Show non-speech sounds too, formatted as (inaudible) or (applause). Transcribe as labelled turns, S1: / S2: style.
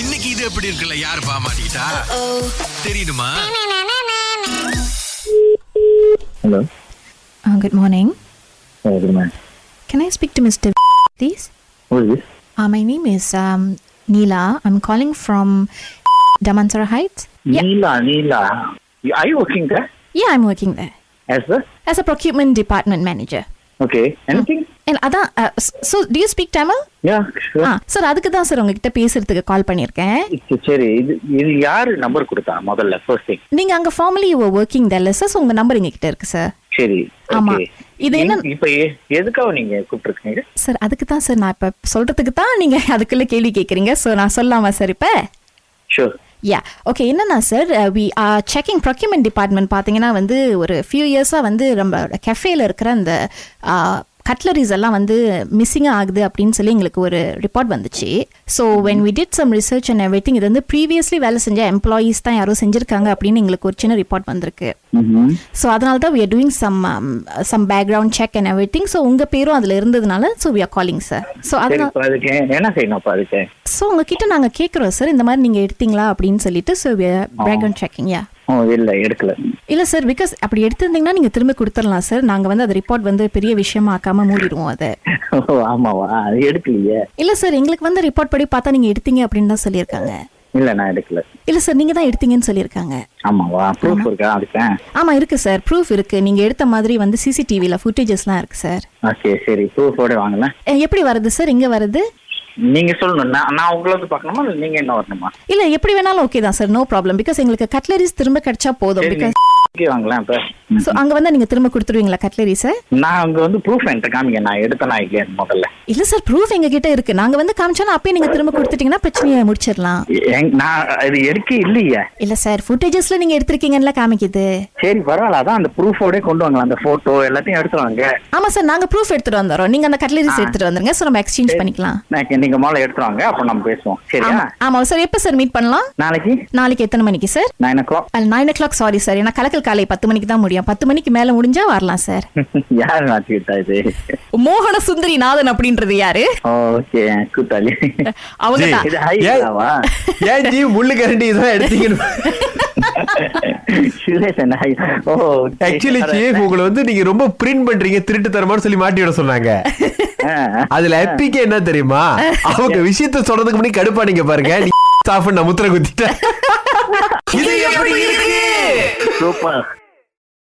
S1: இன்னைக்கு இது எப்படி இருக்குல்ல யார் பாமாட்டா தெரியுமா
S2: hello
S3: Uh, good morning.
S2: Good ma'am
S3: Can I speak to Mr. (laughs) please?
S2: O this
S3: Uh, my name is um, Neela. I'm calling from (laughs) Damansara Heights. Yeah,
S2: Neela Neela I working sir
S3: yeah, I'm working there
S2: yes sir
S3: as a procurement department manager.
S2: Okay anything
S3: And அதான் uh, s- so do you speak Tamil?
S2: Yeah
S3: ஆ sir அதுக்கு தான் sir உங்ககிட்ட பேசுறதுக்கு கால் பண்ணியிருக்கேன்
S2: சரி இது இது யார் நம்பர் கொடுத்தா முதல்ல ஃபர்ஸ்ட் திங்
S3: நீங்க அங்க ஃபார்மலி ஒர்க்கிங் தெரியல சார் உங்க நம்பர் எங்ககிட்ட இருக்கு சார்
S2: சரி
S3: ஆமா.
S2: okay.
S3: இது என்ன-
S2: நீங்க- இப்ப எ- எதுக்காக நீங்க கூப்பிட்டுருக்கீங்க
S3: சார் அதுக்கு தான் சார் நான் இப்போ சொல்றதுக்கு தான் நீங்க (laughs) அதுக்குள்ள கேள்வி கேட்குறீங்க ஸோ நான் சொல்லாமா சார் இப்போ
S2: ஷூர்
S3: யா ஓகே என்னன்னா uh, sir we are checking procurement department பார்த்தீங்கன்னா வந்து ஒரு ஃபியூ இயர்ஸாக வந்து நம்ம கெஃபேல இருக்கிற அந்த கட்லரிஸ் எல்லாம் வந்து மிஸ்ஸிங்காக ஆகுது அப்படின்னு சொல்லி எங்களுக்கு ஒரு ரிப்போர்ட் வந்துச்சு so when we did some research and everything இது வந்து ப்ரீவியஸ்லி வேலை செஞ்ச எம்ப்ளாயீஸ் தான் யாரோ செஞ்சுருக்காங்க அப்படின்னு எங்களுக்கு ஒரு சின்ன ரிப்போர்ட் வந்திருக்கு ஸோ அதனால தான் we are doing some some background check and everything so உங்கள் பேரும் அதில் இருந்ததுனால so we are calling sir so
S2: சரி
S3: அதனால
S2: இப்ப அதுக்கு என்ன செய்யணும் இப்ப அதுக்கு
S3: ஸோ உங்ககிட்ட நாங்கள் கேட்குறோம் சார் இந்த மாதிரி நீங்கள் எடுத்தீங்களா அப்படின்னு சொல்லிட்டு ஸோ பேக்ரவுண்ட் செக்கிங் யா
S2: ஓ இல்ல எடுக்கல (laughs)
S3: இல்லை சார் பிகாஸ் அப்படி எடுத்திருந்தீங்கன்னா நீங்கள் திரும்ப கொடுத்துடலாம் சார் நாங்கள் வந்து அது ரிப்போர்ட் வந்து பெரிய விஷயமா ஆக்காம மூடிடுவோம் அதை
S2: ஓ ஆமாவா அது எடுக்கலையே
S3: இல்லை சார் எங்களுக்கு வந்து ரிப்போர்ட் படி பார்த்தா நீங்கள் எடுத்தீங்க அப்படின்னு தான் சொல்லியிருக்காங்க
S2: இல்ல நான் எடுக்கல
S3: இல்லை சார் நீங்கள் தான் எடுத்தீங்கன்னு சொல்லியிருக்காங்க
S2: ஆமாவா ப்ரூஃப் இருக்கா அதுக்கு
S3: ஆமாம் இருக்குது சார் ப்ரூஃப் இருக்குது நீங்கள் எடுத்த மாதிரி வந்து சிசிடிவியில் ஃபுட்டேஜஸ்லாம் இருக்குது சார்
S2: ஓகே சரி ப்ரூஃபோட வாங்கலாம்
S3: அஹ் எப்படி வருது சார் இங்கே வருது
S2: நீங்க சொல்லணும் நான் நான் உங்களை வந்து பார்க்கணுமா இல்ல நீங்க என்ன வரணுமா
S3: இல்லை எப்படி வேணாலும் ஓகே தான் சார் நோ ப்ராப்ளம் பிகாஸ் எங்களுக்கு கட்லரிஸ் திரும்ப கிடைச்சா போதும்
S2: சரி,
S3: பிகாஸ்
S2: ஓகே வாங்கலாம் இப்ப
S3: ஸோ அங்கே வந்து நீங்கள் திரும்ப கொடுத்துருவீங்களா கட்லரிஸை
S2: நான் அங்க வந்து ப்ரூஃப் என்கிட்ட காமிங்க நான் எடுத்தனா இல்லையான்னு முதல்ல
S3: இல்ல சார் ப்ரூஃப் எங்க கிட்ட இருக்கு நாங்க வந்து காமிச்சோன்னா அப்பயே நீங்க திரும்ப கொடுத்துட்டீங்கன்னா பிரச்சனையை முடிச்சிடலாம்
S2: எங்க- நான் அது எடுக்க இல்லையே
S3: இல்ல சார் ஃபுட்டேஜஸ்ல நீங்க எடுத்திருக்கீங்கன்னு காமிக்குது
S2: சரி பரவாயில்ல அதான் அந்த ப்ரூஃபோட கொண்டு வாங்கலாம் அந்த போட்டோ எல்லாத்தையும் எடுத்துருவாங்க
S3: ஆமா சார் நாங்க ப்ரூஃப் எடுத்துட்டு வந்துடுறோம் நீங்க அந்த கட்லரிஸ் எடுத்துட்டு வந்துருங்க ஸோ நம்ம எக்ஸ்சேஞ்ச் பண்ணிக்கலாம்
S2: நான் நீங்க முதல்ல எடுத்துருவாங்க அப்போ நம்ம பேசுவோம் சரியா
S3: ஆமா ஆமா சார் எப்போ சார் மீட் பண்ணலாம்
S2: நாளைக்கு
S3: நாளைக்கு எத்தனை மணிக்கு sir
S2: nine o'clock
S3: nine o'clock sorry sir ஏன்னா கலக்கல் காலை பத்து மணிக்கு தான் முடியும் பத்து மணிக்கு மேல முடிஞ்சா வரலாம் சார்
S2: (laughs) யார் நாச்சுக்கிட்டா இது
S3: மோகன சுந்தரி நாதன் அப்படின்றது யாரு
S2: ஓகே கூட்டாளி
S3: அவங்க
S1: ஜி.
S3: தான்
S2: இது ஹைவாவா (laughs)
S4: ஏன் ஜி முள்ளு கரண்டி இதெல்லாம் எடுத்தீங்கன்னு
S2: சுரேஷன் ஹை ஓ
S4: ஆக்சுவலி சீஃப் உங்களை வந்து நீங்க ரொம்ப பிரிண்ட் பண்றீங்க திருட்டு தரமான்னு சொல்லி மாட்டி விட சொன்னாங்க அதுல எப்பிக்கே என்ன தெரியுமா அவங்க விஷயத்த சொல்றதுக்கு முன்னாடி கடுப்பானீங்க பாருங்க (laughs) நீ staff ன்னு நான் முத்திர குத்திட்டேன் இது எப்படி இருக்கு
S2: சூப்பர்